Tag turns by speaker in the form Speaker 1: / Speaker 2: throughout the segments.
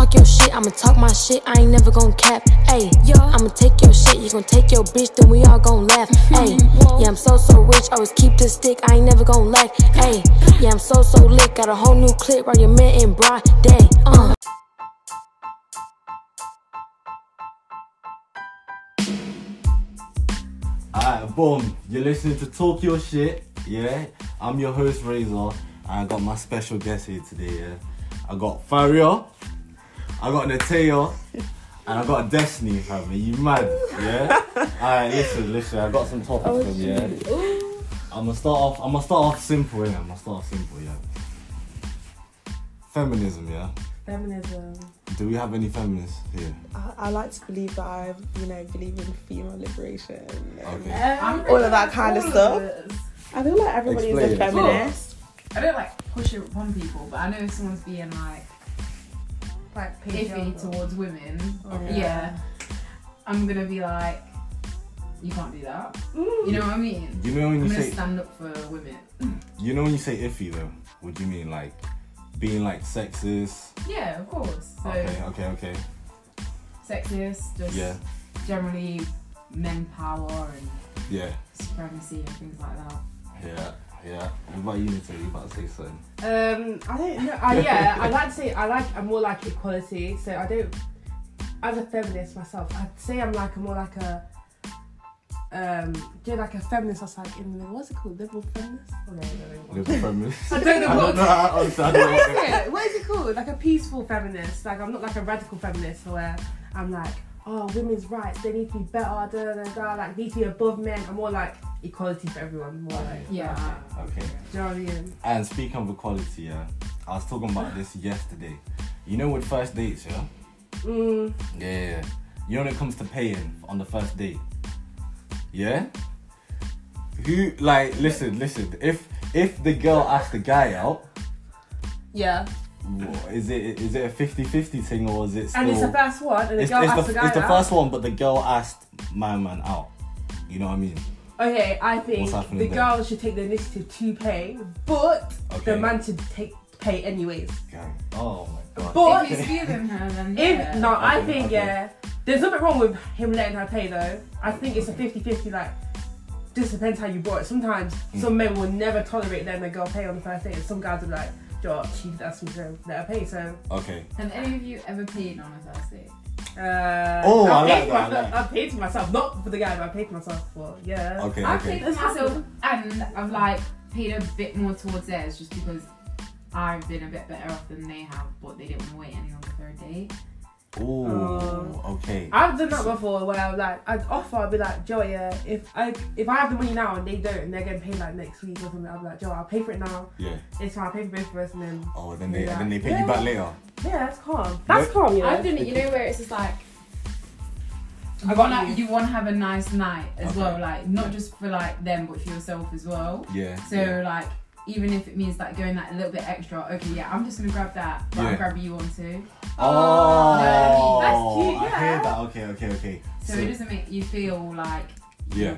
Speaker 1: I'ma talk my shit, I ain't never gon' cap. Ayy, I'ma take your shit, you gon' take your bitch, then we all gon' laugh. Ayy, yeah, I'm so so rich, always keep the stick, I ain't never gon' lack. Ayy, yeah, I'm so so lit, got a whole new clip, right your man in broad day. Uh.
Speaker 2: Alright, boom. You're listening to Talk Your Shit. Yeah, I'm your host Razor, and I got my special guest here today. Yeah, I got Faria, I got Nateo, and I got Destiny. Fam, Are you mad? Yeah. Alright, listen, listen. I got some topics for you. Yeah. I'm gonna start off. I'm gonna start off simple. Yeah, I'm gonna start off simple. Yeah. Feminism. Yeah.
Speaker 3: Feminism.
Speaker 2: Do we have any feminists here?
Speaker 4: I, I like to believe that I, you know, believe in female liberation.
Speaker 2: Okay.
Speaker 3: Um,
Speaker 4: All of that kind of
Speaker 3: all
Speaker 4: stuff.
Speaker 3: this.
Speaker 4: I feel like everybody is a
Speaker 2: Explain.
Speaker 4: feminist.
Speaker 3: I don't like push it upon people, but I know if someone's being like
Speaker 5: like
Speaker 3: iffy
Speaker 5: patriarchal.
Speaker 3: towards women,
Speaker 2: Oh.
Speaker 5: Or-
Speaker 3: yeah. I'm gonna be like, you can't do that. You know what I mean?
Speaker 2: You know when
Speaker 3: I'm
Speaker 2: you
Speaker 3: gonna
Speaker 2: say
Speaker 3: stand up for women.
Speaker 2: you know when you say iffy though, what do you mean like being like sexist?
Speaker 3: Oh, Yeah, of course. So
Speaker 2: Okay, okay, okay.
Speaker 3: sexist, just
Speaker 2: Yeah,
Speaker 3: generally men power and
Speaker 2: yeah,
Speaker 3: supremacy and things like that.
Speaker 2: yeah, yeah. What about you, Natalie? You about to say something?
Speaker 5: Um, I don't know. I, yeah, I like to say I like. I'm more like equality. So I don't. As a feminist myself, I'd say I'm like a more like a. Um, do you know, like a feminist? I was like in the what's it called? Liberal feminist? Oh, no, no, no.
Speaker 2: Live feminist.
Speaker 5: I don't
Speaker 2: I
Speaker 5: know
Speaker 2: don't
Speaker 5: what.
Speaker 2: know. I, honestly, I don't
Speaker 5: What
Speaker 2: know.
Speaker 5: is it? What is it called? Like a peaceful feminist. Like I'm not like a radical feminist where I'm like, oh, women's rights. They need to be better. Da da da. da like need to be above men. I'm more like equality for everyone. More like
Speaker 3: Yeah.
Speaker 2: Okay.
Speaker 5: Do you know what I mean?
Speaker 2: And speaking of equality, yeah, I was talking about this yesterday. You know, with first dates, yeah,
Speaker 5: Mm,
Speaker 2: yeah, yeah, yeah. You know, when it comes to paying on the first date, yeah. Who like listen, listen. If if the girl asks the guy out,
Speaker 5: yeah.
Speaker 2: wha- is it is it a 50-50 thing or is it still?
Speaker 5: And it's the first one, and the
Speaker 2: it's,
Speaker 5: girl
Speaker 2: it's
Speaker 5: asks
Speaker 2: the,
Speaker 5: the guy
Speaker 2: it's the
Speaker 5: out.
Speaker 2: first one, but the girl asked my man out. You know what I mean?
Speaker 5: Okay, I think
Speaker 2: What's happening
Speaker 5: the
Speaker 2: there?
Speaker 5: girl should take the initiative to pay, but
Speaker 2: Okay.
Speaker 5: the man should take pay anyways.
Speaker 2: Gang. Oh my god.
Speaker 5: But
Speaker 3: If he's feeling her, then
Speaker 5: If
Speaker 3: yeah.
Speaker 5: no, I
Speaker 2: Okay,
Speaker 5: think
Speaker 2: okay.
Speaker 5: yeah, there's nothing wrong with him letting her pay though. I think it's a 50-50 Like, just depends how you brought it. Sometimes
Speaker 2: Hmm.
Speaker 5: some men will never tolerate letting a girl pay on the first date. and Some guys are like, "Yo, she did ask me to let her pay." So,
Speaker 2: Okay.
Speaker 3: Have any of you ever paid on a Thursday?
Speaker 5: uh,
Speaker 2: Oh, I like
Speaker 5: paid for
Speaker 2: that, I
Speaker 5: myself-
Speaker 2: like
Speaker 5: I paid for myself, not for the guy, but I paid for myself for yeah.
Speaker 2: Okay.
Speaker 3: I've
Speaker 2: okay.
Speaker 3: paid for myself, and I've like paid a bit more towards theirs just because I've been a bit better off than they have, but they didn't want to wait any longer for a date.
Speaker 2: Ooh.
Speaker 5: Um,
Speaker 2: okay.
Speaker 5: I've done that before where I was like, I'd offer, I'd be like, Joe, yeah, if I if I have the money now and they don't and they're getting paid like next week or something, I'll be like, Joe, I'll pay for it now.
Speaker 2: yeah.
Speaker 5: It's fine, I'll pay for both of us and then
Speaker 2: Oh, then they
Speaker 5: Yeah.
Speaker 2: then they pay you back later.
Speaker 5: yeah, that's calm. That's
Speaker 2: Yeah.
Speaker 5: calm, you know.
Speaker 3: I've done it, you know, where it's just like
Speaker 5: I
Speaker 3: you
Speaker 5: got
Speaker 3: want
Speaker 5: you.
Speaker 3: you want to have a nice night as
Speaker 2: Okay.
Speaker 3: well, like not just for like them, but for yourself as well.
Speaker 2: Yeah.
Speaker 3: So
Speaker 2: yeah.
Speaker 3: like. Even if it means like going like a little bit extra, okay, yeah, I'm just gonna grab that, but
Speaker 2: Yeah.
Speaker 3: I'm grabbing you on too.
Speaker 2: Oh,
Speaker 5: that's cute,
Speaker 2: I hear
Speaker 5: yeah.
Speaker 2: that. Okay, okay, okay.
Speaker 3: So, it doesn't make you feel like
Speaker 2: yeah.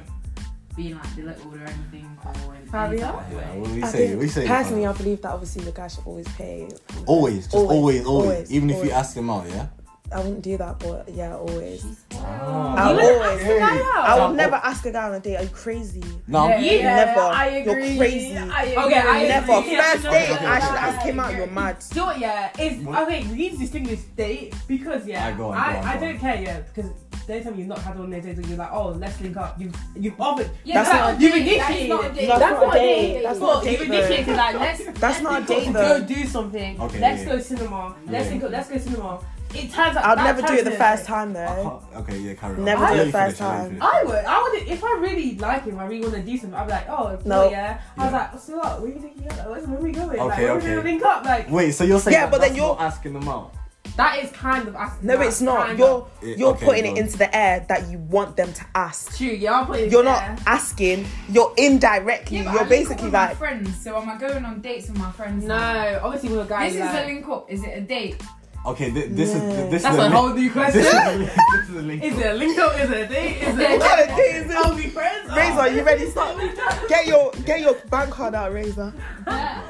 Speaker 3: being like belittled or anything. Or in any
Speaker 5: Fabio?
Speaker 3: type of
Speaker 2: yeah.
Speaker 3: way.
Speaker 2: What we
Speaker 4: I
Speaker 2: say?
Speaker 4: think-
Speaker 2: We say. uh,
Speaker 4: personally, I believe that obviously the guy should always pay.
Speaker 2: always, just always, always,
Speaker 4: Always, always,
Speaker 2: even if
Speaker 4: always.
Speaker 2: you ask them out, yeah.
Speaker 4: I wouldn't do that, but yeah, always.
Speaker 2: Ah,
Speaker 5: Oh.
Speaker 4: You wouldn't ask
Speaker 2: okay.
Speaker 5: the guy out?
Speaker 4: I
Speaker 2: Oh,
Speaker 4: would never ask a guy on a date. Are you crazy?
Speaker 2: No.
Speaker 3: Yeah.
Speaker 4: You never.
Speaker 5: I
Speaker 4: You're
Speaker 5: agree.
Speaker 4: crazy.
Speaker 5: I agree.
Speaker 3: Okay, I
Speaker 4: Never.
Speaker 3: agree.
Speaker 4: First
Speaker 2: Okay,
Speaker 4: date,
Speaker 2: okay,
Speaker 4: I
Speaker 2: okay.
Speaker 4: should ask him out. You're mad.
Speaker 5: Do you know what, yeah? It's,
Speaker 2: What?
Speaker 5: okay, we need to distinguish date because, yeah,
Speaker 2: Alright, go on,
Speaker 5: I,
Speaker 2: go on,
Speaker 5: I
Speaker 2: go
Speaker 5: don't care, yeah, because there's time you've not had one of those days where you're like, oh, let's link up. You've, you've offered.
Speaker 3: Yeah,
Speaker 4: That's
Speaker 3: but
Speaker 5: a
Speaker 4: not
Speaker 5: date.
Speaker 3: you've
Speaker 5: That's
Speaker 3: initiated.
Speaker 5: not a date.
Speaker 4: That's not a date. That's not a
Speaker 3: Well,
Speaker 4: date,
Speaker 3: you've
Speaker 4: though.
Speaker 3: initiated. Like, let's.
Speaker 4: That's not a
Speaker 5: Let's go
Speaker 4: date though.
Speaker 5: do something.
Speaker 2: Okay,
Speaker 5: let's
Speaker 2: yeah,
Speaker 5: go
Speaker 2: yeah.
Speaker 5: cinema.
Speaker 2: Yeah.
Speaker 5: Let's think, let's go cinema. It turns out
Speaker 4: I'd
Speaker 5: that
Speaker 4: never do it the
Speaker 5: person-
Speaker 4: first time
Speaker 2: I
Speaker 4: though.
Speaker 2: can't- Okay, yeah, carry on.
Speaker 4: Never
Speaker 2: I'll
Speaker 5: do
Speaker 2: let
Speaker 4: it
Speaker 2: you
Speaker 4: first
Speaker 2: finish, I'll let you
Speaker 4: time.
Speaker 2: finish.
Speaker 5: I would. I would if I really like him. I really want to do something. I'd be like, oh,
Speaker 4: No.
Speaker 5: no. yeah. I was like, so what? Where are you thinking? Like, where's- where are we going? like,
Speaker 2: Okay,
Speaker 5: where
Speaker 2: okay.
Speaker 5: are we gonna link up? Like,
Speaker 2: Wait, so you're saying
Speaker 4: Yeah,
Speaker 2: that
Speaker 4: but then
Speaker 2: that's
Speaker 4: you're-
Speaker 2: not asking them out?
Speaker 5: that is kind of asking.
Speaker 4: No,
Speaker 5: that,
Speaker 4: it's not.
Speaker 5: kind
Speaker 4: You're
Speaker 2: Yeah,
Speaker 4: you're
Speaker 2: okay,
Speaker 4: putting
Speaker 2: go
Speaker 4: it
Speaker 2: on.
Speaker 4: into the air that you want them to ask.
Speaker 5: of. true. Yeah, I'm putting.
Speaker 4: You're
Speaker 5: yeah.
Speaker 4: not asking. You're indirectly.
Speaker 3: Yeah, but I
Speaker 4: you're
Speaker 3: link up
Speaker 4: basically
Speaker 3: with my
Speaker 4: like
Speaker 3: friends. So am I going on dates with my friends? now?
Speaker 5: No, obviously with a guy.
Speaker 3: This is
Speaker 5: like,
Speaker 3: a link up. Is it a date?
Speaker 2: Okay, thi- this is
Speaker 4: Yeah.
Speaker 2: this
Speaker 5: That's
Speaker 2: is
Speaker 5: a
Speaker 2: li-
Speaker 5: whole new question.
Speaker 2: This is
Speaker 5: Is
Speaker 2: a link- this is a link.
Speaker 5: it a link up? Is it a date? Is it?
Speaker 4: What a day is it?
Speaker 5: Are we friends? Oh,
Speaker 4: Razor, you ready? Stop. Get your get your bank card out, Razor.
Speaker 3: Yeah.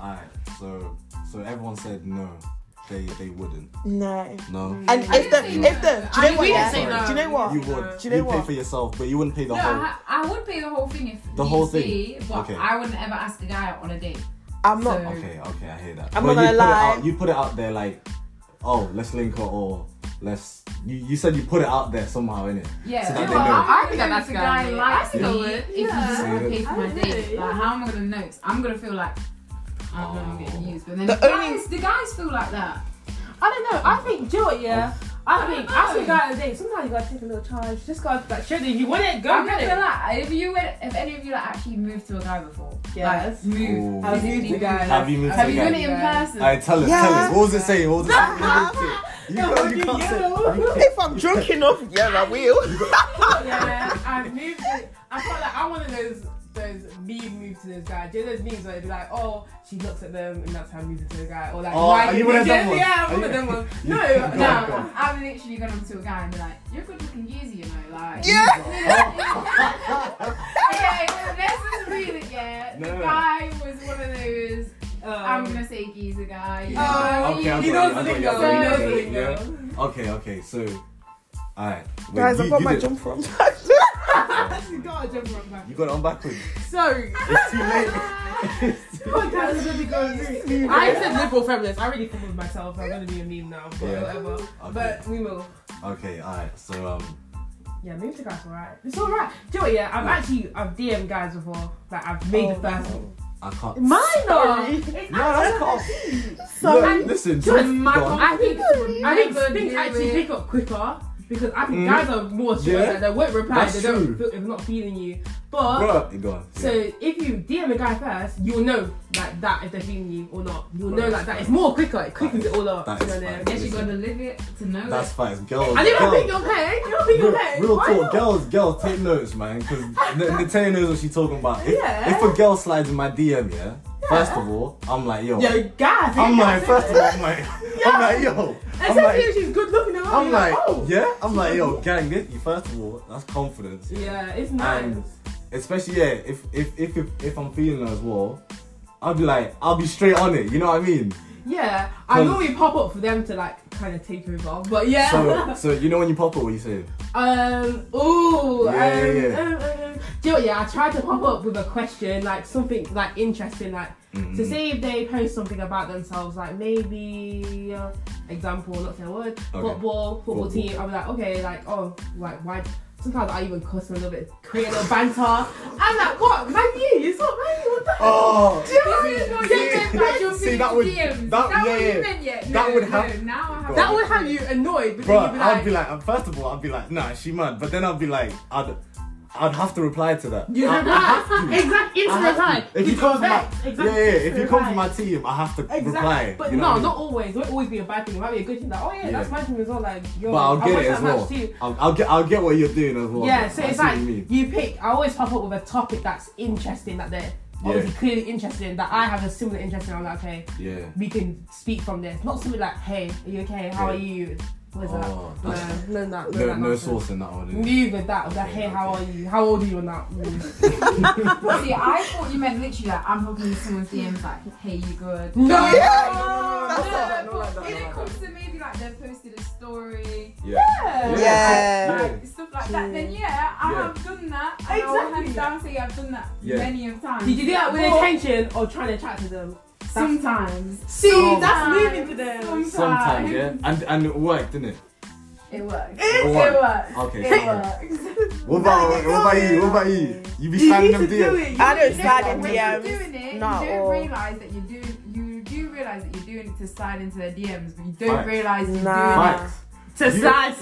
Speaker 2: Alright, so so everyone said no. they they wouldn't.
Speaker 4: No.
Speaker 2: No.
Speaker 4: And
Speaker 3: I
Speaker 4: if the
Speaker 3: didn't say
Speaker 4: if the do you know
Speaker 5: I
Speaker 4: what?
Speaker 5: didn't
Speaker 4: yeah?
Speaker 5: say no.
Speaker 4: Do you know
Speaker 2: You
Speaker 4: what?
Speaker 2: would.
Speaker 4: Do you know
Speaker 2: you pay
Speaker 4: what?
Speaker 2: for yourself, but you wouldn't pay the
Speaker 3: No,
Speaker 2: whole.
Speaker 3: I, I would pay the whole thing if
Speaker 2: The
Speaker 3: needs
Speaker 2: whole
Speaker 3: be, but
Speaker 2: Okay.
Speaker 3: I wouldn't ever ask a guy out on a date.
Speaker 4: I'm not.
Speaker 3: So-
Speaker 2: Okay, okay, I hear that.
Speaker 4: I'm
Speaker 2: But you
Speaker 4: not gonna
Speaker 2: put it
Speaker 4: lie.
Speaker 2: out- You put it out there like, oh, let's link up or let's. You, you said you put it out there somehow, innit?
Speaker 3: Yeah,
Speaker 2: So that
Speaker 3: you know
Speaker 2: they
Speaker 3: what,
Speaker 2: know.
Speaker 3: I, I
Speaker 6: I
Speaker 3: think
Speaker 6: think that's
Speaker 3: that's a
Speaker 6: gonna be-
Speaker 3: guy
Speaker 6: I
Speaker 3: likes
Speaker 6: think
Speaker 3: me
Speaker 6: I
Speaker 3: if
Speaker 6: would,
Speaker 3: he just
Speaker 6: yeah.
Speaker 3: want to pay for
Speaker 6: I
Speaker 3: my
Speaker 6: would,
Speaker 3: date. Like,
Speaker 6: yeah.
Speaker 3: how am I gonna know? 'Cause I'm gonna feel like I don't know, I'm getting
Speaker 2: Oh.
Speaker 3: used. But then
Speaker 4: The
Speaker 3: the
Speaker 4: only-
Speaker 3: guys, the guys feel like that.
Speaker 5: I don't know. I think, do you know what, yeah? I
Speaker 3: I
Speaker 5: think,
Speaker 3: don't
Speaker 5: I think,
Speaker 3: know.
Speaker 5: guys, on a date, sometimes you gotta take a little charge. Just gotta, like, show that you want
Speaker 4: Oh,
Speaker 5: it, go
Speaker 3: I'm
Speaker 5: get
Speaker 3: not
Speaker 5: it.
Speaker 3: gonna lie. If you, went, if any of you like actually moved to a guy before,
Speaker 5: Yes.
Speaker 3: like, moved.
Speaker 2: Ooh. Have
Speaker 5: you moved to a
Speaker 3: physically moved.
Speaker 5: guy?
Speaker 2: Have you moved
Speaker 3: Have
Speaker 2: to
Speaker 3: you
Speaker 2: a guy?
Speaker 3: done it in person?
Speaker 2: Alright, tell us, tell
Speaker 4: Yeah.
Speaker 2: us. What was it saying? What was it saying? You
Speaker 5: No,
Speaker 2: can't, you
Speaker 5: you
Speaker 2: can't say.
Speaker 5: yellow.
Speaker 2: you can't-
Speaker 4: If I'm drunk enough, yeah, I will.
Speaker 5: yeah, I moved. To, I felt like I'm one of those those meme moves to those guys. Do you know those memes where it'd be like, oh, she looks at them and that's how I moved to the guy, or like,
Speaker 2: Oh,
Speaker 5: why
Speaker 2: are
Speaker 5: did
Speaker 2: you one of them ones?
Speaker 5: Yeah, I'm
Speaker 2: Are
Speaker 5: one of
Speaker 2: you-
Speaker 5: them ones.
Speaker 2: you-
Speaker 5: No,
Speaker 2: go on,
Speaker 5: no.
Speaker 2: go on.
Speaker 3: I've literally gone up to a guy and be like, "You're a good looking geezer, you know." Like,
Speaker 4: Yeah.
Speaker 3: okay, let's just read it. Yeah, the
Speaker 2: No.
Speaker 3: guy was one of those. I'm
Speaker 5: Um,
Speaker 3: gonna say geezer guy. you know,
Speaker 2: Okay,
Speaker 3: he-
Speaker 2: I'm
Speaker 5: he
Speaker 2: got
Speaker 5: knows
Speaker 2: you,
Speaker 5: the
Speaker 2: I got
Speaker 5: lingo.
Speaker 2: you, I
Speaker 5: He knows
Speaker 2: got
Speaker 5: the
Speaker 2: you, yeah.
Speaker 5: lingo.
Speaker 2: Okay, okay, so. Alright. wait,
Speaker 4: Guys,
Speaker 2: you,
Speaker 4: I've got
Speaker 2: you
Speaker 4: my
Speaker 2: did-
Speaker 4: jump from.
Speaker 5: You gotta jump around back.
Speaker 2: You got it on backwards.
Speaker 5: So,
Speaker 2: It's too late. It's too late.
Speaker 5: guys, gonna be going through. I said liberal feminist. I really come with myself. I'm gonna be a meme now, but
Speaker 2: Yeah.
Speaker 5: whatever. But we move.
Speaker 2: Okay, alright, so, um.
Speaker 5: Yeah, move to guys alright. It's alright. Do you know what, yeah? I've actually I've DM'd guys before. Like I've made the first one.
Speaker 2: I can't. No,
Speaker 5: Minor!
Speaker 2: that's cool.
Speaker 4: Sorry.
Speaker 2: Look, listen,
Speaker 5: Just
Speaker 2: Jordan-
Speaker 5: my
Speaker 2: Go on.
Speaker 5: I think I think
Speaker 3: Never
Speaker 5: things
Speaker 3: do
Speaker 5: actually
Speaker 3: it.
Speaker 5: pick up quicker because I think
Speaker 2: Mm.
Speaker 5: guys are more sure
Speaker 2: Yeah.
Speaker 5: that they won't reply.
Speaker 2: That's
Speaker 5: they
Speaker 2: true.
Speaker 5: don't feel if not feeling you. But
Speaker 2: Bruh, go on.
Speaker 5: so if you DM a guy first, you'll know like that if they're feeling you or not. You'll know like that. It's more quicker. It quickens it all up.
Speaker 2: That
Speaker 5: You
Speaker 2: is
Speaker 5: know
Speaker 2: fine.
Speaker 5: what I mean?
Speaker 3: Yes, you gotta live it to know
Speaker 2: That's
Speaker 3: it.
Speaker 2: fine, girls.
Speaker 5: I don't
Speaker 2: girls.
Speaker 5: think you're paid. You don't think
Speaker 2: Real,
Speaker 5: you're paid.
Speaker 2: real
Speaker 5: Why
Speaker 2: talk,
Speaker 5: not?
Speaker 2: girls, girls, take notes, man, because Natalia knows what she's talking about. If,
Speaker 5: Yeah.
Speaker 2: if a girl slides in my DM, yeah, first of all, I'm like, yo,
Speaker 5: Yo, guys.
Speaker 2: I'm
Speaker 5: yeah,
Speaker 2: like,
Speaker 5: guys,
Speaker 2: first of all, I'm like, I'm like, yo, I'm
Speaker 5: Especially
Speaker 2: like,
Speaker 5: if she's good looking. and all,
Speaker 2: I'm
Speaker 5: you're
Speaker 2: like,
Speaker 5: oh.
Speaker 2: yeah, I'm like, yo, gang, this, first of all, that's confidence,
Speaker 5: Yeah, it's nice.
Speaker 2: And- especially yeah, if if if if, if I'm feeling her as well, I'll be like, I'll be straight on it, you know what I mean?
Speaker 5: Yeah, I
Speaker 2: Um,
Speaker 5: normally pop up for them to like kind of take over, but yeah.
Speaker 2: So, so you know when you pop up, what you say?
Speaker 5: um, ooh,
Speaker 2: Yeah, yeah,
Speaker 5: um,
Speaker 2: yeah.
Speaker 5: um, um, um. Do you know what, yeah, I tried to pop up with a question, like something like interesting, like
Speaker 2: Mm.
Speaker 5: to see if they post something about themselves, like maybe, uh, example, not saying a word, football, football
Speaker 2: Football.
Speaker 5: team. I'll be like, okay, like oh, like why? Sometimes I even cuss a little bit, create a little banter. I'm like, what? Man, you? It's not man, you, What the?
Speaker 2: Oh, See, that would- that-
Speaker 3: DMs.
Speaker 2: yeah,
Speaker 3: what you
Speaker 2: yeah.
Speaker 3: meant yet?
Speaker 2: That
Speaker 3: No,
Speaker 2: would
Speaker 3: no,
Speaker 2: have-
Speaker 3: Now I have
Speaker 5: That would have you annoyed, but
Speaker 2: Bro,
Speaker 5: then you'd be like,
Speaker 2: I'd be like, um, first of all, I'd be like, nah, she mad. But then I'd be like, I'd, I'd have to reply to that.
Speaker 5: You
Speaker 2: I,
Speaker 5: have
Speaker 2: I have to.
Speaker 5: Exact
Speaker 2: I have
Speaker 5: instant
Speaker 2: to.
Speaker 5: reply.
Speaker 2: If you
Speaker 5: With
Speaker 2: come to my,
Speaker 5: respect.
Speaker 2: yeah,
Speaker 5: Exact
Speaker 2: yeah. If
Speaker 5: instant
Speaker 2: you come to
Speaker 5: reply.
Speaker 2: my team, I have to
Speaker 5: Exactly.
Speaker 2: reply.
Speaker 5: But
Speaker 2: you know
Speaker 5: no,
Speaker 2: what I mean?
Speaker 5: not always. It won't always be a bad thing. It might be a good thing. Like, oh yeah,
Speaker 2: Yeah.
Speaker 5: that's my team as well. Like, yo,
Speaker 2: But I'll
Speaker 5: I
Speaker 2: get
Speaker 5: watched
Speaker 2: it
Speaker 5: that
Speaker 2: as
Speaker 5: match
Speaker 2: well.
Speaker 5: too.
Speaker 2: I'll, I'll get, I'll get what you're doing as well.
Speaker 5: Yeah, so
Speaker 2: I
Speaker 5: it's
Speaker 2: see what
Speaker 5: like
Speaker 2: you
Speaker 5: you,
Speaker 2: mean.
Speaker 5: pick. I always pop up with a topic that's interesting that they're obviously clearly interested in, that I have a similar interest in. I'm like, okay,
Speaker 2: Yeah.
Speaker 5: we can speak from this. Not something like, hey, are you okay? How
Speaker 2: Yeah.
Speaker 5: are you? What's
Speaker 2: Oh, that's-
Speaker 5: that? No, no, no,
Speaker 2: No,
Speaker 5: that
Speaker 2: no
Speaker 5: nonsense.
Speaker 2: source in that one. innit?
Speaker 5: Leave with that. Like, hey, how are you? How old are you on that? Mm.
Speaker 3: See, I thought you meant literally like I'm hoping someone's DMs like, hey, you good?
Speaker 5: no.
Speaker 4: Yeah. That's not-
Speaker 3: No,
Speaker 5: not like that,
Speaker 3: but When
Speaker 5: not
Speaker 3: it
Speaker 5: like
Speaker 3: comes to maybe like they've posted a story,
Speaker 2: Yeah.
Speaker 5: Yeah.
Speaker 4: Yeah.
Speaker 2: Yeah.
Speaker 3: like stuff like that, then yeah, I
Speaker 2: Yeah.
Speaker 3: have done that. And I will
Speaker 5: Exactly.
Speaker 3: hands down say I've done that
Speaker 2: Yeah.
Speaker 3: many of times.
Speaker 5: Did you do that with
Speaker 3: But
Speaker 5: intention or trying to chat to them? Oh
Speaker 3: Sometimes.
Speaker 5: See,
Speaker 2: Sometimes.
Speaker 5: that's moving to them.
Speaker 3: Sometimes.
Speaker 2: Sometimes, yeah. And and it worked, didn't it?
Speaker 3: It works.
Speaker 2: It
Speaker 3: It
Speaker 2: worked.
Speaker 3: works.
Speaker 2: Okay.
Speaker 3: It
Speaker 2: fine.
Speaker 3: works.
Speaker 2: What about what about you? What about you? You be standing them DM.
Speaker 5: it.
Speaker 4: I don't
Speaker 3: You know
Speaker 4: slide
Speaker 3: what,
Speaker 4: in
Speaker 3: when
Speaker 4: DMs.
Speaker 3: You're doing it,
Speaker 4: Not
Speaker 3: you
Speaker 4: at
Speaker 3: don't
Speaker 4: all.
Speaker 3: realize that you're doing. You do realize that you're doing it to slide into their DMs, but you don't
Speaker 2: Right.
Speaker 3: realize you're
Speaker 4: Nah.
Speaker 3: doing it.
Speaker 2: Facts.
Speaker 5: To
Speaker 2: You-
Speaker 5: slide,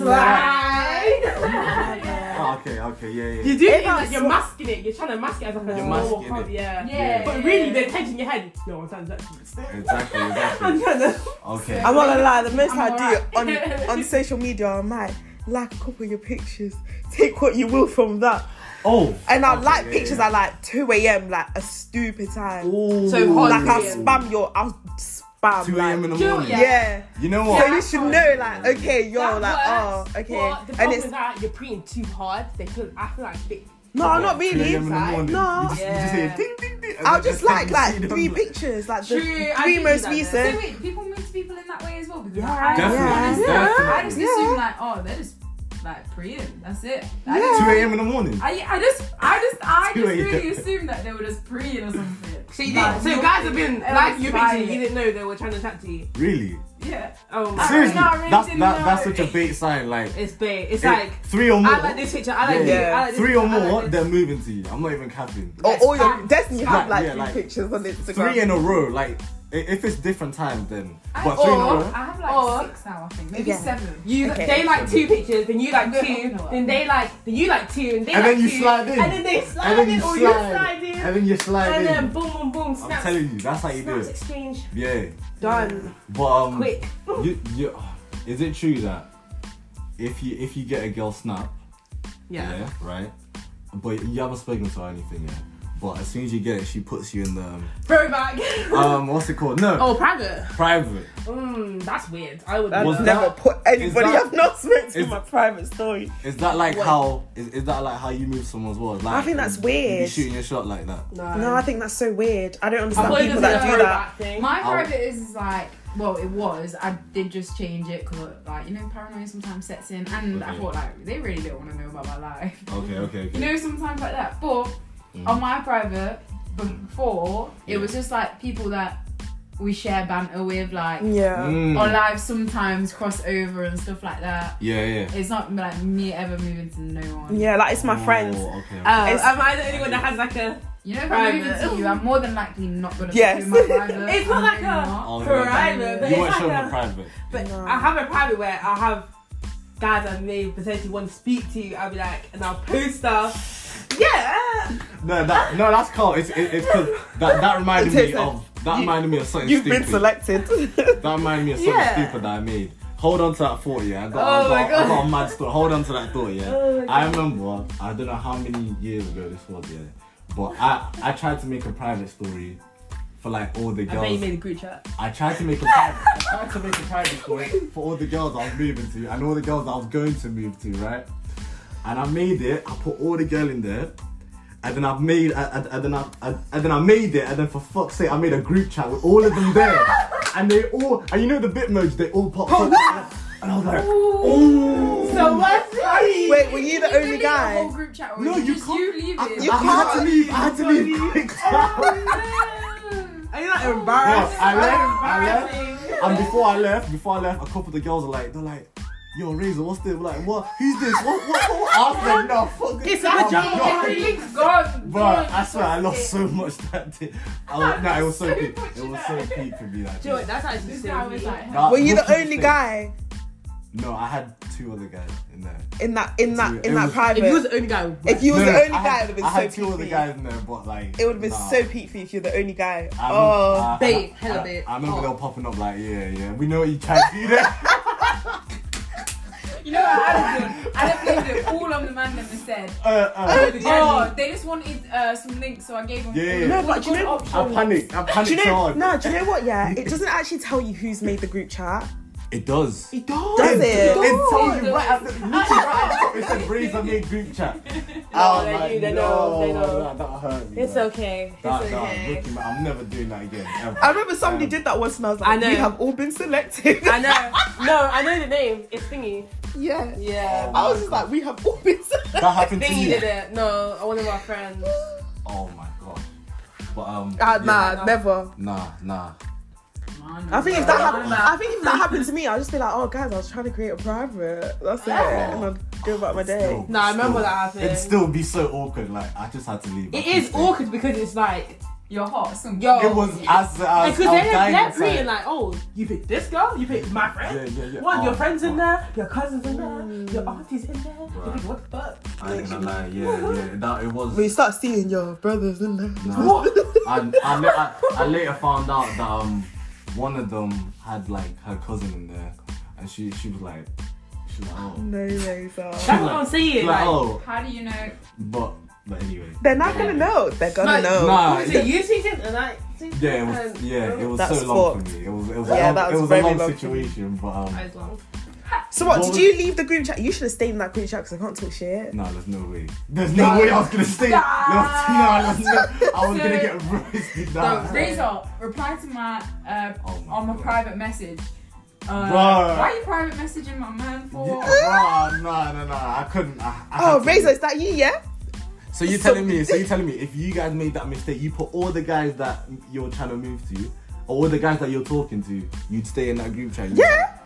Speaker 5: slide.
Speaker 2: Oh, okay, okay, yeah, yeah.
Speaker 5: You do
Speaker 4: If
Speaker 5: it
Speaker 4: I
Speaker 5: like you're
Speaker 4: swa-
Speaker 5: masking it. You're trying to mask it as like a
Speaker 2: You're
Speaker 5: normal
Speaker 2: masking
Speaker 5: pub,
Speaker 2: it.
Speaker 5: yeah.
Speaker 3: Yeah.
Speaker 5: But really, the intention in your head. Yo, I'm trying to.
Speaker 2: Exactly,
Speaker 5: I'm
Speaker 2: exactly.
Speaker 5: trying to.
Speaker 2: Okay.
Speaker 4: I'm not gonna lie, the most
Speaker 3: I'm
Speaker 4: I do on, on social media, I might like a couple of your pictures. Take what you will from that.
Speaker 2: Oh.
Speaker 4: And I
Speaker 2: okay,
Speaker 4: like
Speaker 2: yeah,
Speaker 4: pictures
Speaker 2: yeah.
Speaker 4: at like 2 a.m., like a stupid time.
Speaker 2: Ooh.
Speaker 5: So hard.
Speaker 4: Like I'll
Speaker 5: 2 a.m..
Speaker 4: spam your, I'll spam.
Speaker 2: 2 a.m. in
Speaker 4: like-
Speaker 2: the
Speaker 5: Do
Speaker 2: morning.
Speaker 5: ya?
Speaker 4: Yeah.
Speaker 2: You know
Speaker 4: So
Speaker 2: what?
Speaker 4: you should know, like, okay, yo,
Speaker 5: That
Speaker 4: like, oh,
Speaker 5: works,
Speaker 4: okay.
Speaker 5: But the
Speaker 4: And
Speaker 5: problem
Speaker 4: it's
Speaker 5: is that you're preying too hard. They feel. I feel like. They,
Speaker 4: no, not
Speaker 2: 2 a.m. in
Speaker 4: really.
Speaker 2: the morning.
Speaker 4: No.
Speaker 2: You just, you just hear
Speaker 5: Yeah.
Speaker 2: ding, ding, ding, and
Speaker 4: I'll
Speaker 2: then
Speaker 4: just
Speaker 2: you
Speaker 4: like
Speaker 2: see
Speaker 4: like
Speaker 2: them,
Speaker 4: three
Speaker 2: like-
Speaker 4: pictures, like the
Speaker 5: True, I
Speaker 4: three
Speaker 5: do
Speaker 4: most
Speaker 5: that, yeah.
Speaker 3: So
Speaker 4: recent.
Speaker 3: wait, people move to people in that way as well.
Speaker 5: Yeah.
Speaker 2: Definitely,
Speaker 3: Honestly, I just
Speaker 2: definitely.
Speaker 3: assume like, oh, they're just like preying. That's it. I,
Speaker 4: Yeah.
Speaker 3: just,
Speaker 2: 2 a.m. in the morning.
Speaker 3: I, I just, I just, I
Speaker 2: Do
Speaker 3: just
Speaker 2: what you
Speaker 3: really
Speaker 2: do.
Speaker 3: assumed that they were just preying or something.
Speaker 5: So, you
Speaker 3: Like,
Speaker 5: did, so guys have been
Speaker 3: nothing
Speaker 5: like you
Speaker 3: else
Speaker 5: picture, you
Speaker 3: like
Speaker 5: didn't know they were trying to chat to you.
Speaker 2: Really?
Speaker 3: it. Yeah.
Speaker 5: Oh
Speaker 3: I
Speaker 5: my
Speaker 3: Serious?
Speaker 2: Seriously,
Speaker 3: don't know, I really
Speaker 2: that's,
Speaker 3: didn't
Speaker 2: that, that's
Speaker 3: know.
Speaker 2: such a bait sign. Like,
Speaker 5: It's bait. It's
Speaker 2: it-
Speaker 5: like
Speaker 2: three or more.
Speaker 5: I like this picture. I like
Speaker 2: Yeah.
Speaker 5: this. I like this
Speaker 2: Three or
Speaker 5: picture, I like
Speaker 2: more,
Speaker 5: this.
Speaker 2: they're moving to you. I'm not even capping.
Speaker 5: Oh,
Speaker 4: Or all your
Speaker 5: Yes.
Speaker 4: Destiny you have
Speaker 2: Like,
Speaker 4: like
Speaker 2: yeah,
Speaker 4: three
Speaker 2: like,
Speaker 4: pictures on Instagram.
Speaker 2: Three in a row. Like, i- if it's different time, then.
Speaker 3: I,
Speaker 2: But
Speaker 3: or,
Speaker 2: three in a row.
Speaker 3: I have like
Speaker 5: Or-
Speaker 3: six now, I think. Maybe
Speaker 4: Yeah.
Speaker 3: seven.
Speaker 5: You
Speaker 4: Okay.
Speaker 5: they like two pictures, then you like
Speaker 3: Yeah, I
Speaker 5: two,
Speaker 3: know.
Speaker 5: then they like then you like two, and they
Speaker 2: And
Speaker 5: like
Speaker 2: then you
Speaker 5: two,
Speaker 2: slide in.
Speaker 5: and then they slide
Speaker 2: And then you
Speaker 5: in, or
Speaker 2: slide.
Speaker 5: you slide in,
Speaker 2: And then you slide
Speaker 5: and then
Speaker 2: in.
Speaker 5: boom, boom, boom,
Speaker 2: I'm
Speaker 5: snaps,
Speaker 2: telling you, that's how you do
Speaker 5: snaps
Speaker 2: it.
Speaker 5: exchange,
Speaker 2: Yeah.
Speaker 5: done,
Speaker 2: But, um.
Speaker 5: quick.
Speaker 2: You, you, is it true that if you if you get a girl snap, yeah, right, but you haven't spoken to her or anything yet, but as soon as you get it, she puts you in the
Speaker 5: throwback.
Speaker 2: um what's it called? No,
Speaker 5: oh, private.
Speaker 2: private.
Speaker 5: Mm, that's weird. I would.
Speaker 4: I've
Speaker 2: Was
Speaker 5: never-
Speaker 2: that-
Speaker 4: never put anybody
Speaker 2: that-
Speaker 4: I've not spoken to
Speaker 2: is-
Speaker 4: in my private story.
Speaker 2: Is that like
Speaker 4: What?
Speaker 2: how is, is that like how you move someone's world? Like
Speaker 4: I think that's
Speaker 2: you be
Speaker 4: weird.
Speaker 2: shooting your shot like that.
Speaker 5: No.
Speaker 4: No, I think that's so weird. I don't
Speaker 5: I
Speaker 4: understand
Speaker 5: thought it
Speaker 4: people
Speaker 5: was
Speaker 4: that
Speaker 5: a
Speaker 4: do that.
Speaker 5: throwback thing.
Speaker 3: My
Speaker 2: I'll-
Speaker 3: private is is like, well, it was. I did just change it because, like, you know, paranoia sometimes sets in, and I
Speaker 2: Okay.
Speaker 3: thought, like, they really don't want to know about my life.
Speaker 2: Okay, okay,
Speaker 3: You
Speaker 2: okay.
Speaker 3: know, sometimes like that. But
Speaker 2: Mm.
Speaker 3: on my private, before, it was just like people that we share banter with, like,
Speaker 4: Yeah.
Speaker 2: Mm.
Speaker 3: our lives sometimes cross over and stuff like that.
Speaker 2: Yeah, yeah.
Speaker 3: It's not like me ever moving to no one.
Speaker 4: Yeah, like it's my
Speaker 2: Oh,
Speaker 4: friends.
Speaker 2: Okay.
Speaker 5: Oh,
Speaker 4: It's-
Speaker 5: am I the only one that has like a?
Speaker 3: You know, if I'm moving
Speaker 5: Private.
Speaker 3: to you, I'm more than likely not going to
Speaker 4: Yes.
Speaker 3: put you in my private.
Speaker 5: It's not
Speaker 3: I'm
Speaker 5: like
Speaker 3: really
Speaker 5: a-
Speaker 3: not.
Speaker 2: Oh,
Speaker 5: For
Speaker 2: yeah, that-
Speaker 5: either, but
Speaker 2: You
Speaker 5: it's
Speaker 2: weren't
Speaker 5: like
Speaker 2: showing
Speaker 5: a-
Speaker 2: the private.
Speaker 5: But
Speaker 4: No.
Speaker 5: I have a private where I have guys that may potentially want to speak to you. I'll be like, and I'll post stuff. Yeah.
Speaker 2: No, that no, that's cool. It's it, it's 'cause that that reminded
Speaker 4: It
Speaker 2: me
Speaker 4: is,
Speaker 2: of that
Speaker 4: you-
Speaker 2: reminded me of something
Speaker 4: You've
Speaker 2: stupid.
Speaker 4: been selected.
Speaker 2: That reminded me of something
Speaker 5: Yeah.
Speaker 2: stupid that I made. Hold on to that thought, yeah. I got,
Speaker 5: Oh
Speaker 2: I,
Speaker 5: my
Speaker 2: got, I
Speaker 5: God.
Speaker 2: got a mad story. Hold on to that thought, yeah.
Speaker 5: Oh my
Speaker 2: I remember, I don't know how many years ago this was, yeah. But I, I tried to make a private story for like all the
Speaker 5: I bet you
Speaker 2: girls.
Speaker 5: made a group chat.
Speaker 2: I tried to make a private, I tried to make a private story for all the girls I was moving to and all the girls I was going to move to, right? And I made it. I put all the girl in there. And then I've made, I, I, and then I, I, and then I made it, and then for fuck's sake, I made a group chat with all of them there, and they all, and you know the bitmojis, they all popped up, and I was like, oh.
Speaker 5: So what's funny?
Speaker 4: Wait, were you the
Speaker 3: You
Speaker 4: only
Speaker 3: delete
Speaker 4: guy?
Speaker 3: Whole group chat, or
Speaker 2: No,
Speaker 3: it's
Speaker 2: you
Speaker 3: just
Speaker 2: can't-
Speaker 3: You leave
Speaker 2: I,
Speaker 3: it.
Speaker 4: You
Speaker 2: I had to
Speaker 4: can't.
Speaker 2: leave. I had to leave. quick.
Speaker 5: Are you like
Speaker 2: Bro,
Speaker 5: embarrassed?
Speaker 2: I left. I left.
Speaker 5: Embarrassing.
Speaker 2: And before I left, before I left, a couple of the girls are like, they're like, yo, Razor, what's this? We're like, what? Who's this? What? What? what? I was like, no, fuck
Speaker 5: It's
Speaker 2: it.
Speaker 5: our
Speaker 2: I'm
Speaker 5: job.
Speaker 2: gone."
Speaker 3: Everything's gone.
Speaker 2: Bro, I swear, I lost so much that day. I was, nah, it was so peak. It was so peak for me that
Speaker 5: Do you know what?
Speaker 2: day.
Speaker 5: That's actually
Speaker 3: This
Speaker 5: silly.
Speaker 3: guy was like,
Speaker 2: Nah,
Speaker 4: Were you
Speaker 2: Uh, rookie
Speaker 4: the only
Speaker 2: mistake.
Speaker 4: guy
Speaker 2: No, I had two other guys in there.
Speaker 4: in that in that
Speaker 2: It
Speaker 4: in that
Speaker 2: was-
Speaker 4: private?
Speaker 5: if you was the only guy,
Speaker 4: If you was
Speaker 2: No,
Speaker 4: the
Speaker 2: no,
Speaker 4: only
Speaker 2: I
Speaker 4: guy,
Speaker 2: had,
Speaker 4: it would
Speaker 2: I
Speaker 4: have
Speaker 2: had
Speaker 4: been
Speaker 2: two
Speaker 4: so
Speaker 2: other
Speaker 4: peak.
Speaker 2: guys in there, but like
Speaker 4: It would have been
Speaker 2: nah.
Speaker 4: so peak for you if you're the only guy.
Speaker 2: I remember-
Speaker 4: oh,
Speaker 2: I-
Speaker 5: Babe,
Speaker 2: I-
Speaker 5: hella
Speaker 2: I-
Speaker 5: babe.
Speaker 2: I remember
Speaker 5: Oh.
Speaker 2: they were popping up like, yeah, yeah, we know what you tried to do there.
Speaker 3: You know what I was doing? I had blamed it all on the man that said.
Speaker 2: Uh, uh,
Speaker 3: Oh, they just wanted uh, some links, so I gave them.
Speaker 2: Yeah, yeah.
Speaker 4: No,
Speaker 3: all
Speaker 4: but
Speaker 3: the
Speaker 4: you know-
Speaker 3: good options.
Speaker 2: I panicked. I panicked
Speaker 4: do you
Speaker 2: so
Speaker 4: know?
Speaker 2: hard.
Speaker 4: No, do you know what? Yeah, it doesn't actually tell you who's made the group chat.
Speaker 2: It does.
Speaker 5: He does.
Speaker 4: Does it?
Speaker 2: It tells
Speaker 3: It
Speaker 2: you right after literally right after it said Breeze on your group chat.
Speaker 5: Oh,
Speaker 2: I was
Speaker 5: they
Speaker 2: like,
Speaker 5: do, they
Speaker 2: no,
Speaker 5: know, they know.
Speaker 2: That, that hurt me.
Speaker 5: It's
Speaker 2: man.
Speaker 5: okay. It's
Speaker 2: That, that,
Speaker 5: okay.
Speaker 2: rookie, man, I'm never doing that again. Ever.
Speaker 4: I remember somebody
Speaker 2: Um,
Speaker 4: did that once, and I was like,
Speaker 5: I know.
Speaker 4: "We have all been selected."
Speaker 5: I know. No, I know the name. It's Thingy.
Speaker 4: yeah,
Speaker 5: Yeah.
Speaker 4: I was just like, "We have all been selected."
Speaker 2: That happened to
Speaker 5: Thingy
Speaker 2: you.
Speaker 5: did it. No, one of our friends.
Speaker 2: Oh my god. But um.
Speaker 5: Uh,
Speaker 4: Ah,
Speaker 2: yeah.
Speaker 4: nah,
Speaker 5: Yeah.
Speaker 4: never.
Speaker 2: Nah, nah.
Speaker 3: Man,
Speaker 4: I think if that happened,
Speaker 3: man.
Speaker 4: I think if that happened to me, I'd just be like, "Oh, guys, I was trying to create a private." That's it, and I'd go about my day.
Speaker 2: Still,
Speaker 5: No, I remember
Speaker 2: still,
Speaker 5: that happened.
Speaker 2: It'd still be so awkward. Like I just had to leave. I
Speaker 5: It
Speaker 2: couldn't
Speaker 5: is
Speaker 2: stay.
Speaker 5: awkward because it's like
Speaker 3: you're hot. Some
Speaker 5: Yo.
Speaker 2: It was as I was,
Speaker 5: Because
Speaker 2: I was
Speaker 5: they
Speaker 2: dying
Speaker 5: left
Speaker 2: inside.
Speaker 5: me and like, oh, you picked this girl, you picked my friend.
Speaker 2: Yeah, yeah, yeah.
Speaker 5: What?
Speaker 2: Oh,
Speaker 5: your friends in
Speaker 2: oh.
Speaker 5: there, your cousins in there, your aunties in there. You
Speaker 2: Bruh.
Speaker 5: think, what the fuck?
Speaker 2: I ain't gonna lie. Yeah, yeah. That it was.
Speaker 4: When you start seeing your brothers in there,
Speaker 2: Nah.
Speaker 5: What?
Speaker 2: and I, la- I, I later found out that um one of them had like her cousin in there, and she she was like, she was like, oh,
Speaker 4: no way,
Speaker 5: That's what I'm saying.
Speaker 2: She's like,
Speaker 5: Like,
Speaker 2: oh,
Speaker 3: How do you know?
Speaker 2: but but anyway,
Speaker 4: They're not gonna know. They're gonna
Speaker 5: Like,
Speaker 4: know.
Speaker 2: Nah,
Speaker 5: was it you season and I season?
Speaker 2: yeah, it was
Speaker 5: Um,
Speaker 2: yeah, it was
Speaker 4: That's
Speaker 2: so long
Speaker 4: fucked.
Speaker 2: for me. It was it was
Speaker 4: Yeah,
Speaker 2: a long,
Speaker 4: that
Speaker 2: it
Speaker 4: was
Speaker 2: was a
Speaker 4: very
Speaker 2: long
Speaker 4: long for
Speaker 2: situation, but um,
Speaker 5: I was long.
Speaker 4: So what?
Speaker 2: What
Speaker 4: did
Speaker 2: was-
Speaker 4: you leave the group chat? You should have stayed in that group chat because I can't talk shit.
Speaker 2: no, there's no way, there's no way I was gonna stay. No, no, no, I was gonna get roasted. Nah.
Speaker 3: So, Razor, reply to my uh,
Speaker 2: Oh my
Speaker 3: on my
Speaker 2: God.
Speaker 3: private message.
Speaker 5: Uh,
Speaker 2: Bruh.
Speaker 3: Why are you private messaging my man for?
Speaker 2: Yeah, bruh, nah, nah, nah. I couldn't. I, I
Speaker 4: Oh,
Speaker 2: had to-
Speaker 4: Razor, is that you? Yeah.
Speaker 2: So you're telling me? So you're telling me if you guys made that mistake, you put all the guys that you're trying to move to, or all the guys that you're talking to, you'd stay in that group chat. you'd-
Speaker 4: Yeah.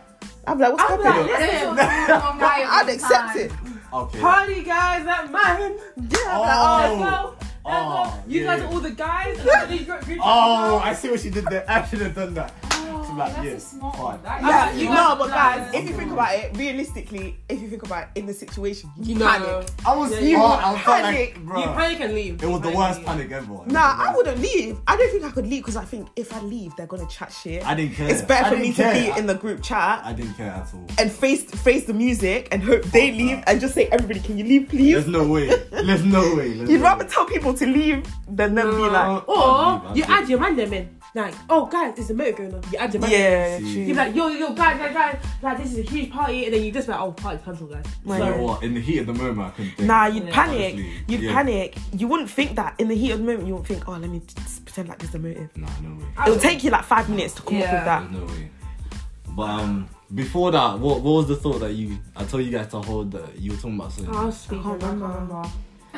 Speaker 4: I'm like, what's
Speaker 5: I'm
Speaker 4: happening?
Speaker 5: like,
Speaker 3: Listen, I'd
Speaker 4: I'd accept it.
Speaker 2: Okay.
Speaker 5: Party guys, that man.
Speaker 4: Yeah.
Speaker 5: Let's
Speaker 2: Oh.
Speaker 5: go. Let's
Speaker 2: Oh,
Speaker 5: go. You guys
Speaker 2: yeah.
Speaker 5: are all the guys. and you got group
Speaker 2: Oh, I see what she did there. I should have done that.
Speaker 3: Oh,
Speaker 2: like,
Speaker 3: that's
Speaker 2: yeah,
Speaker 3: a smart
Speaker 2: fine.
Speaker 3: one. That
Speaker 4: I'm like,
Speaker 3: is-
Speaker 5: you
Speaker 4: you
Speaker 5: guys-
Speaker 4: know, oh, but guys, if you think about it, realistically, if you think about it, in the situation, you,
Speaker 5: You know.
Speaker 4: panic.
Speaker 2: I was.
Speaker 5: Yeah, you
Speaker 2: oh, I was felt
Speaker 4: panic.
Speaker 2: like, bruh,
Speaker 5: You panic and leave.
Speaker 2: It was the
Speaker 5: Panic
Speaker 2: worst
Speaker 5: and
Speaker 2: panic ever. It was
Speaker 4: Nah,
Speaker 2: the
Speaker 4: I
Speaker 2: worst.
Speaker 4: wouldn't leave. I don't think I could leave because I think if I leave, they're gonna chat shit.
Speaker 2: I didn't care.
Speaker 4: It's better
Speaker 2: I
Speaker 4: for me
Speaker 2: didn't
Speaker 4: to
Speaker 2: care.
Speaker 4: be
Speaker 2: I-
Speaker 4: in the group chat
Speaker 2: I didn't care at all.
Speaker 4: and face face the music and hope they leave and just say, everybody, can you leave, please?
Speaker 2: There's no way. There's no way. There's
Speaker 4: You'd
Speaker 2: no
Speaker 4: rather
Speaker 2: way. Oh,
Speaker 4: tell people to leave than them be like,
Speaker 5: Or
Speaker 2: I'd leave, I'd
Speaker 5: you
Speaker 2: leave.
Speaker 5: add your man them in. Like, oh guys, there's a motor going on. You add your man.
Speaker 4: yeah,
Speaker 2: See.
Speaker 4: true.
Speaker 5: You're like, yo, yo, guys, guys, guys, like this is a huge party, and then you just like, oh, party cancelled, guys.
Speaker 4: My
Speaker 2: You
Speaker 5: Sorry.
Speaker 2: know what? In the heat of the moment, I couldn't think.
Speaker 4: Nah, you'd panic.
Speaker 2: Honestly,
Speaker 4: You'd
Speaker 2: yeah.
Speaker 4: panic. You wouldn't think that in the heat of the moment. You wouldn't think, oh, let me just pretend like there's a motive.
Speaker 2: Nah, no way.
Speaker 4: It'll take you like five minutes to come up
Speaker 5: Yeah.
Speaker 4: with that.
Speaker 2: There's no way. But um, before that, what what was the thought that you? I told you guys to hold. That you were talking about
Speaker 4: Oh,
Speaker 2: something.
Speaker 5: I was speaking. I can't remember.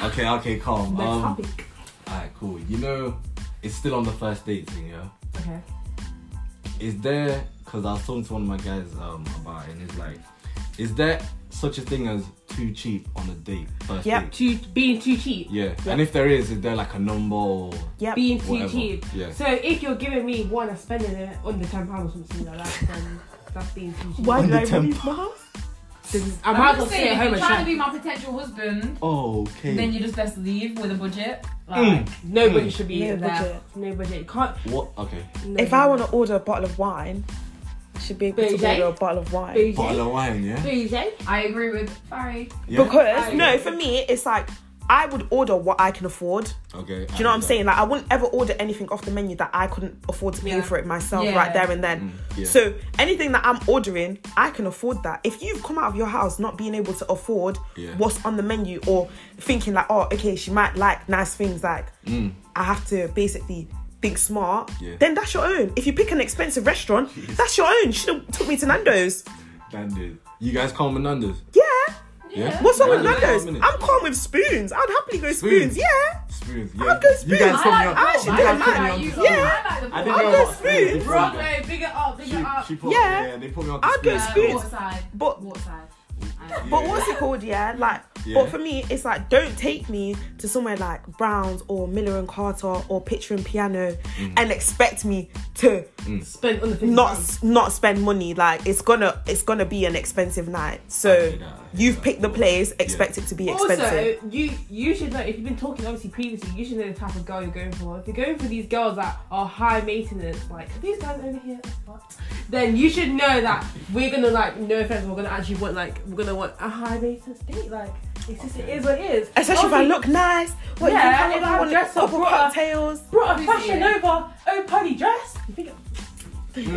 Speaker 2: Okay, okay, calm.
Speaker 5: Next
Speaker 2: Um,
Speaker 5: topic.
Speaker 2: alright, cool. You know, it's still on the first date thing, yeah.
Speaker 5: Okay.
Speaker 2: Is there? Because I was talking to one of my guys um about it, and it's like, is there such a thing as too cheap on a date? First
Speaker 4: Yep.
Speaker 2: date.
Speaker 5: Too being too cheap.
Speaker 2: Yeah. And if there is, is there like a number? Or...
Speaker 4: Yep.
Speaker 5: Being too
Speaker 2: Whatever.
Speaker 5: cheap.
Speaker 2: Yeah.
Speaker 5: So if you're giving me one and spending it under ten pounds or something like that, then that's being too cheap.
Speaker 4: Why did
Speaker 2: the
Speaker 4: I
Speaker 2: temp-
Speaker 4: leave my house?
Speaker 5: I
Speaker 3: I'm
Speaker 5: might as well
Speaker 3: just
Speaker 5: stay
Speaker 3: saying,
Speaker 5: at
Speaker 3: if
Speaker 5: home
Speaker 3: you're
Speaker 5: and
Speaker 3: trying to
Speaker 5: shop.
Speaker 3: be my potential husband,
Speaker 2: Oh, Okay.
Speaker 3: then you just best leave with a budget. Like,
Speaker 2: Mm.
Speaker 5: No budget should be
Speaker 4: No
Speaker 5: in there.
Speaker 4: budget.
Speaker 5: No budget. You can't.
Speaker 2: What? Okay.
Speaker 5: No
Speaker 4: If I want to order a bottle of wine, I should be able
Speaker 5: Bougie.
Speaker 4: to order a bottle of wine.
Speaker 2: Bottle of wine, yeah.
Speaker 5: Bougie.
Speaker 3: I agree with Farry.
Speaker 2: yeah?
Speaker 4: Because
Speaker 5: I-
Speaker 4: no, for me, it's like I would order what I can afford. Do
Speaker 2: Okay.
Speaker 4: you know what I'm saying? Like I wouldn't ever order anything off the menu that I couldn't afford to pay
Speaker 5: Yeah.
Speaker 4: for it myself
Speaker 3: Yeah.
Speaker 4: right there and then.
Speaker 2: Mm, yeah.
Speaker 4: So anything that I'm ordering, I can afford that. If you've come out of your house not being able to afford
Speaker 2: Yeah.
Speaker 4: what's on the menu or thinking like, oh, okay, she might like nice things, like I have to basically think smart,
Speaker 2: Mm. Yeah.
Speaker 4: then that's your own. If you pick an expensive restaurant, that's your own. Should have took me to Nando's.
Speaker 2: Nando's. You guys call Nando's?
Speaker 4: Yeah.
Speaker 2: Yeah.
Speaker 4: What's wrong with
Speaker 2: Nando's?
Speaker 4: Nando's?
Speaker 2: Calm, innit?
Speaker 4: I'm calm with spoons. I'd happily go spoons.
Speaker 2: Spoons?
Speaker 4: Yeah.
Speaker 2: Spoons. Yeah.
Speaker 4: I'll go spoons.
Speaker 2: You guys
Speaker 4: I
Speaker 2: come
Speaker 4: like-
Speaker 2: here.
Speaker 4: I actually
Speaker 2: You
Speaker 4: don't
Speaker 2: guys come
Speaker 4: mind.
Speaker 2: here.
Speaker 3: you.
Speaker 4: Yeah.
Speaker 3: I like the
Speaker 2: I
Speaker 3: budget.
Speaker 2: didn't
Speaker 4: I'll
Speaker 2: know
Speaker 4: go
Speaker 2: what spoons.
Speaker 4: spoons.
Speaker 2: they put on there.
Speaker 3: Broadway, big it up, big
Speaker 2: She,
Speaker 3: it up.
Speaker 2: she put
Speaker 4: Yeah.
Speaker 2: yeah. yeah, they put me on.
Speaker 4: I'll go
Speaker 3: Uh,
Speaker 4: spoons.
Speaker 3: Waterside.
Speaker 4: But-
Speaker 3: Waterside. I-
Speaker 4: But what's it called? Yeah. Like,
Speaker 2: Yeah.
Speaker 4: but for me, it's like don't take me to somewhere like Browns or Miller and Carter or Picture and Piano
Speaker 2: Mm.
Speaker 4: and expect me to
Speaker 5: Spend under fifty.
Speaker 4: not
Speaker 5: pounds.
Speaker 4: not spend money. Like it's gonna it's gonna be an expensive night.
Speaker 2: I
Speaker 4: So
Speaker 2: hear that, I hear
Speaker 4: you've
Speaker 2: that.
Speaker 4: picked the place. Expect it to be expensive.
Speaker 5: Also, you you should know if you've been talking obviously previously, you should know the type of girl you're going for. If you're going for these girls that are high maintenance, like these guys over here, what? then you should know that we're gonna like no offense, we're gonna actually want like we're gonna want a high maintenance date. Like it's just it is what it is.
Speaker 4: Especially if I
Speaker 5: Obviously,
Speaker 4: look nice. What
Speaker 5: Yeah,
Speaker 4: you
Speaker 5: if
Speaker 4: think I
Speaker 5: I
Speaker 4: want
Speaker 5: dress
Speaker 4: a
Speaker 5: up
Speaker 4: couple
Speaker 5: proper.
Speaker 4: cocktails.
Speaker 5: brought a fashion over, oh party dress. You think
Speaker 3: Obviously,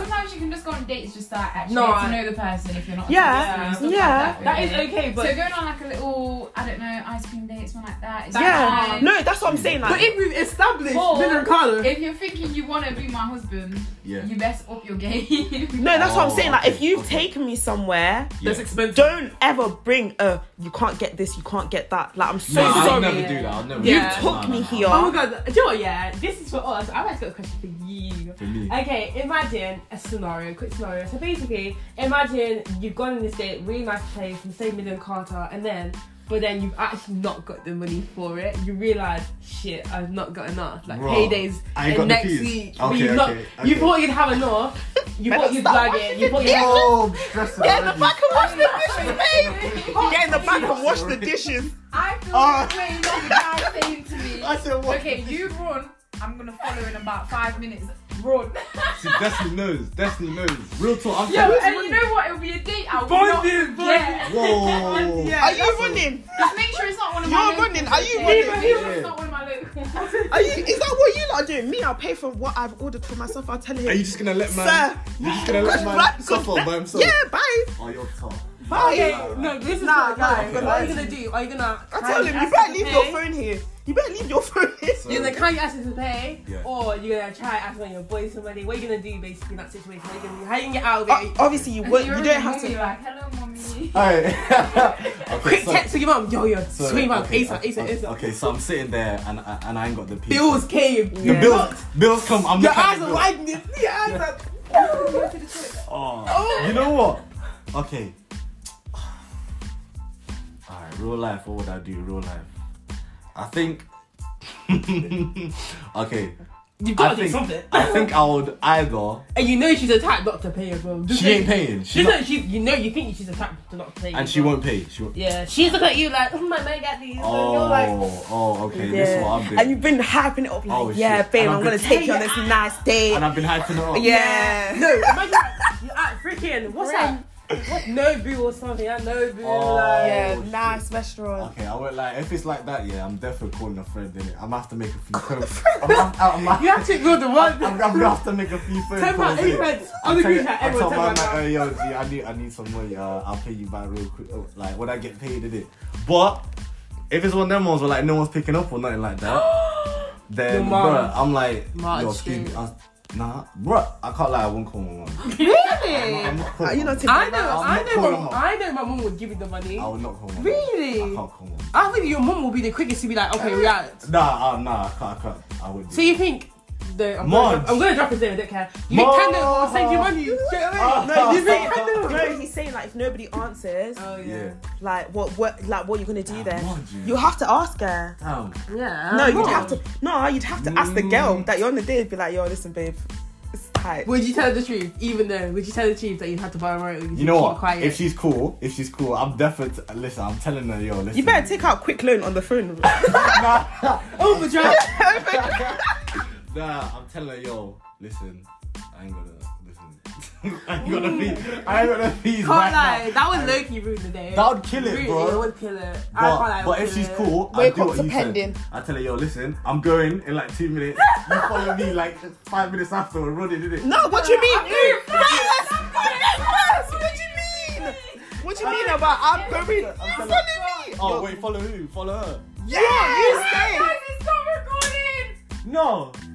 Speaker 3: sometimes you can just go on dates just start actually
Speaker 5: No,
Speaker 3: get to
Speaker 5: I-
Speaker 3: know the person if you're not.
Speaker 4: Yeah,
Speaker 3: Stuff
Speaker 4: yeah.
Speaker 3: Like
Speaker 5: that
Speaker 3: that,
Speaker 5: is
Speaker 3: really.
Speaker 5: okay, but
Speaker 3: so going on like a little, I don't know, ice cream date, something like that. Is
Speaker 4: Yeah.
Speaker 3: fine.
Speaker 4: No, that's what I'm saying. Like,
Speaker 5: but if we've established
Speaker 3: Or-
Speaker 5: Miller and Carlo,
Speaker 3: If you're thinking you want to be my husband,
Speaker 2: Yeah.
Speaker 3: you best up your game.
Speaker 4: No, that's what I'm
Speaker 2: Oh,
Speaker 4: saying. Like, if
Speaker 2: okay,
Speaker 4: you've
Speaker 2: okay.
Speaker 4: taken me somewhere,
Speaker 2: Yeah.
Speaker 5: that's expensive.
Speaker 4: don't ever bring a you can't get this, you can't get that. Like, I'm so
Speaker 2: No, I'll
Speaker 4: sorry.
Speaker 2: never do that. I'll never.
Speaker 5: You
Speaker 2: do that.
Speaker 4: took
Speaker 2: Nah, nah,
Speaker 4: me
Speaker 2: nah.
Speaker 4: here.
Speaker 5: Oh my god, do you know what, oh, yeah? This is for us. I've actually got a question for you.
Speaker 2: For me.
Speaker 5: Okay, imagine a scenario, quick scenario. So basically, imagine you've gone on this date, really nice place, from say Million Carter, and then, but then you've actually not got the money for it. You realise, shit, I've not got enough. Like
Speaker 2: Bruh,
Speaker 5: paydays
Speaker 2: I ain't
Speaker 5: and
Speaker 2: got the
Speaker 5: next
Speaker 2: keys.
Speaker 5: week, but
Speaker 2: Okay,
Speaker 5: you've not,
Speaker 2: okay,
Speaker 5: you
Speaker 2: okay.
Speaker 5: thought you'd have enough. You thought you'd bag it. You thought you'd have.
Speaker 2: Oh, stress
Speaker 4: Get in the
Speaker 2: already.
Speaker 4: back and wash the dishes, babe. Get in the back and wash the
Speaker 2: Sorry.
Speaker 4: dishes.
Speaker 3: I feel
Speaker 2: Ah.
Speaker 3: the way that the guy saying to me,
Speaker 2: I said, what?
Speaker 3: okay, you run, I'm gonna follow in about five minutes. Run.
Speaker 2: See, Destiny knows. Destiny knows. Real talk. I'm
Speaker 3: Yo,
Speaker 2: telling
Speaker 3: and you know what? It'll be a date. I will
Speaker 5: Bonded,
Speaker 3: not.
Speaker 5: bonded.
Speaker 3: Yeah.
Speaker 2: you. Whoa.
Speaker 5: Yeah.
Speaker 4: Are you running?
Speaker 3: Just make sure it's not one of
Speaker 4: You're
Speaker 3: my. locals,
Speaker 4: running, are you
Speaker 3: okay?
Speaker 4: running?
Speaker 3: Make sure
Speaker 2: Yeah.
Speaker 3: it's not one of my locals.
Speaker 4: Are you? Is that what you lot are doing? Me, I'll pay for what I've ordered for myself. I'll tell him.
Speaker 2: Are you just gonna let man?
Speaker 4: Sir.
Speaker 2: You're just gonna let man
Speaker 4: Right, 'cause
Speaker 2: suffer
Speaker 4: that-
Speaker 2: by himself?
Speaker 4: Yeah, bye.
Speaker 2: Oh, you're tough.
Speaker 5: Okay, no, this is
Speaker 4: Nah,
Speaker 5: not
Speaker 4: nah,
Speaker 5: live.
Speaker 4: okay.
Speaker 5: What are you gonna do? Are you gonna?
Speaker 4: I tell him you better leave your phone here. You better leave your phone here.
Speaker 2: So-
Speaker 5: You're gonna can you ask him to pay,
Speaker 2: Yeah.
Speaker 5: or you're gonna try asking your boy somebody. What are you gonna do basically in that situation? What are you gonna do? How you gonna get out of
Speaker 4: Uh,
Speaker 5: it?
Speaker 4: obviously, you won't. You
Speaker 3: You're
Speaker 4: don't have
Speaker 3: mommy,
Speaker 4: to.
Speaker 3: Like, hello, mommy.
Speaker 2: Alright. okay,
Speaker 5: Quick
Speaker 2: so-
Speaker 5: text to your mum. Yo, yo,
Speaker 2: so-
Speaker 5: sweet mum.
Speaker 2: okay,
Speaker 5: ASAP, ASAP,
Speaker 2: okay,
Speaker 5: ASAP.
Speaker 2: Okay, so I'm sitting there and I, and I ain't got the pizza.
Speaker 5: Bills came.
Speaker 2: The bills, bills come. I'm
Speaker 5: Your
Speaker 2: looking at
Speaker 5: eyes
Speaker 2: the
Speaker 5: are
Speaker 2: bill.
Speaker 5: widening. Your eyes are.
Speaker 2: Oh, you know what? Okay. Alright, real life. What would I do? Real life. I think. okay.
Speaker 5: You've
Speaker 2: I
Speaker 5: got to do
Speaker 2: think.
Speaker 5: something.
Speaker 2: I think I would either.
Speaker 5: And you know she's a type not to pay your bill.
Speaker 2: She ain't paying. She's
Speaker 5: She's
Speaker 2: not,
Speaker 5: not, she, you know you think she's a type to not pay. your
Speaker 2: and she
Speaker 5: bill.
Speaker 2: won't pay. She won't.
Speaker 5: Yeah, she's looking at you like, oh, my man got these. and you're like,
Speaker 2: Oh, oh, okay. This is what I'm doing.
Speaker 4: And you've been hyping it up like,
Speaker 2: Oh,
Speaker 4: yeah,
Speaker 2: shit.
Speaker 4: babe,
Speaker 2: And
Speaker 4: I'm,
Speaker 2: I've
Speaker 4: gonna
Speaker 2: been-
Speaker 4: take you on this nice date.
Speaker 2: and I've been hyping it up.
Speaker 4: yeah.
Speaker 5: no, imagine like, you're at freaking, what's that? What, Nobu or something, yeah, Nobu.
Speaker 2: Oh.
Speaker 5: like,
Speaker 4: Yeah,
Speaker 2: Oh, shit.
Speaker 4: nice restaurant.
Speaker 2: Okay, I won't like if it's like that. Yeah, I'm definitely calling a friend in it. I'm gonna have to make a few phone. I'm gonna have, I'm,
Speaker 5: you have to ignore the one.
Speaker 2: I'm, I'm gonna have to make a few phone
Speaker 5: Ten
Speaker 2: calls.
Speaker 5: pounds, eight
Speaker 2: innit?
Speaker 5: pence.
Speaker 2: I
Speaker 5: On the
Speaker 2: tell you-
Speaker 5: group chat,
Speaker 2: I tell
Speaker 5: everyone
Speaker 2: my
Speaker 5: ten
Speaker 2: man,
Speaker 5: pounds.
Speaker 2: "Hey, yo, G, I need, I need some money. Uh, I'll pay you back real quick. Oh, Like when I get paid, in it. But if it's one of them ones where like no one's picking up or nothing like that,
Speaker 5: Your
Speaker 2: then
Speaker 5: mum.
Speaker 2: bruh, I'm like,
Speaker 5: Mum,
Speaker 2: yo,
Speaker 5: shit.
Speaker 2: excuse me, I, nah, bruh, I can't lie. I won't call my mum.
Speaker 5: Really?
Speaker 2: I'm not
Speaker 4: Are
Speaker 2: calling.
Speaker 4: you
Speaker 2: my mum.
Speaker 4: not taking
Speaker 5: I
Speaker 4: it
Speaker 5: know,
Speaker 4: out?
Speaker 5: I
Speaker 2: I'm
Speaker 5: know,
Speaker 2: not
Speaker 5: my,
Speaker 2: calling her.
Speaker 5: I know my mum would give you the money.
Speaker 2: I will not call my mum.
Speaker 5: Really?
Speaker 2: I can't call my mum.
Speaker 5: I think your mum will be the quickest to be like, okay, we out.
Speaker 2: Nah, uh, nah, I can't. I can't. I wouldn't. do
Speaker 5: So you think, the, I'm,
Speaker 2: Marge.
Speaker 5: gonna drop, I'm gonna drop his name, I don't care. You
Speaker 2: Marge.
Speaker 5: think Tando will send you money? straight away?
Speaker 2: Ah.
Speaker 4: No,
Speaker 5: you
Speaker 4: he's
Speaker 5: think
Speaker 4: saying,
Speaker 5: Tando?
Speaker 4: no, he's saying like if nobody answers,
Speaker 5: Oh,
Speaker 2: that. yeah.
Speaker 4: like what, what, like what you gonna do then?
Speaker 2: Mind you.
Speaker 4: You have to ask her.
Speaker 2: Damn.
Speaker 5: Yeah.
Speaker 4: No, you'd
Speaker 5: Marge.
Speaker 4: have to. No, you'd have to ask the girl that you're on the date. and Be like, yo, listen, babe, it's tight.
Speaker 5: Would you tell the truth? Even though, would you tell the truth that you had to buy a remote?
Speaker 2: You know what?
Speaker 5: Quiet?
Speaker 2: If she's cool, if she's cool, I'm definitely listen. I'm telling her, yo, listen.
Speaker 4: You better take out quick loan on the phone.
Speaker 5: overdraft.
Speaker 2: Nah, I'm telling her, yo, listen. I ain't gonna listen. I ain't gonna be. I ain't gonna be.
Speaker 5: Can't
Speaker 2: right
Speaker 5: lie,
Speaker 2: now.
Speaker 5: that would low key ruin the day.
Speaker 2: That would kill it,
Speaker 5: Ruin
Speaker 2: bro.
Speaker 5: It would kill it. I can't lie,
Speaker 2: But,
Speaker 5: it
Speaker 2: but
Speaker 5: would
Speaker 2: if
Speaker 5: kill
Speaker 2: she's
Speaker 5: it.
Speaker 2: cool, I
Speaker 4: Wake
Speaker 2: do
Speaker 4: up
Speaker 2: what
Speaker 4: to
Speaker 2: you
Speaker 4: pending.
Speaker 2: said. I tell her, yo, listen, I'm going in like two minutes. you follow me like five minutes after we're running, innit?
Speaker 4: no, what do you mean?
Speaker 5: I'm doing
Speaker 4: Bro, let's go, let's go. What do you mean? What do you mean about I'm going? You
Speaker 2: telling-
Speaker 4: follow me?
Speaker 2: Oh wait, follow who? Follow her?
Speaker 4: Yeah, you
Speaker 3: Guys,
Speaker 4: say.
Speaker 3: it's not recorded.
Speaker 2: No.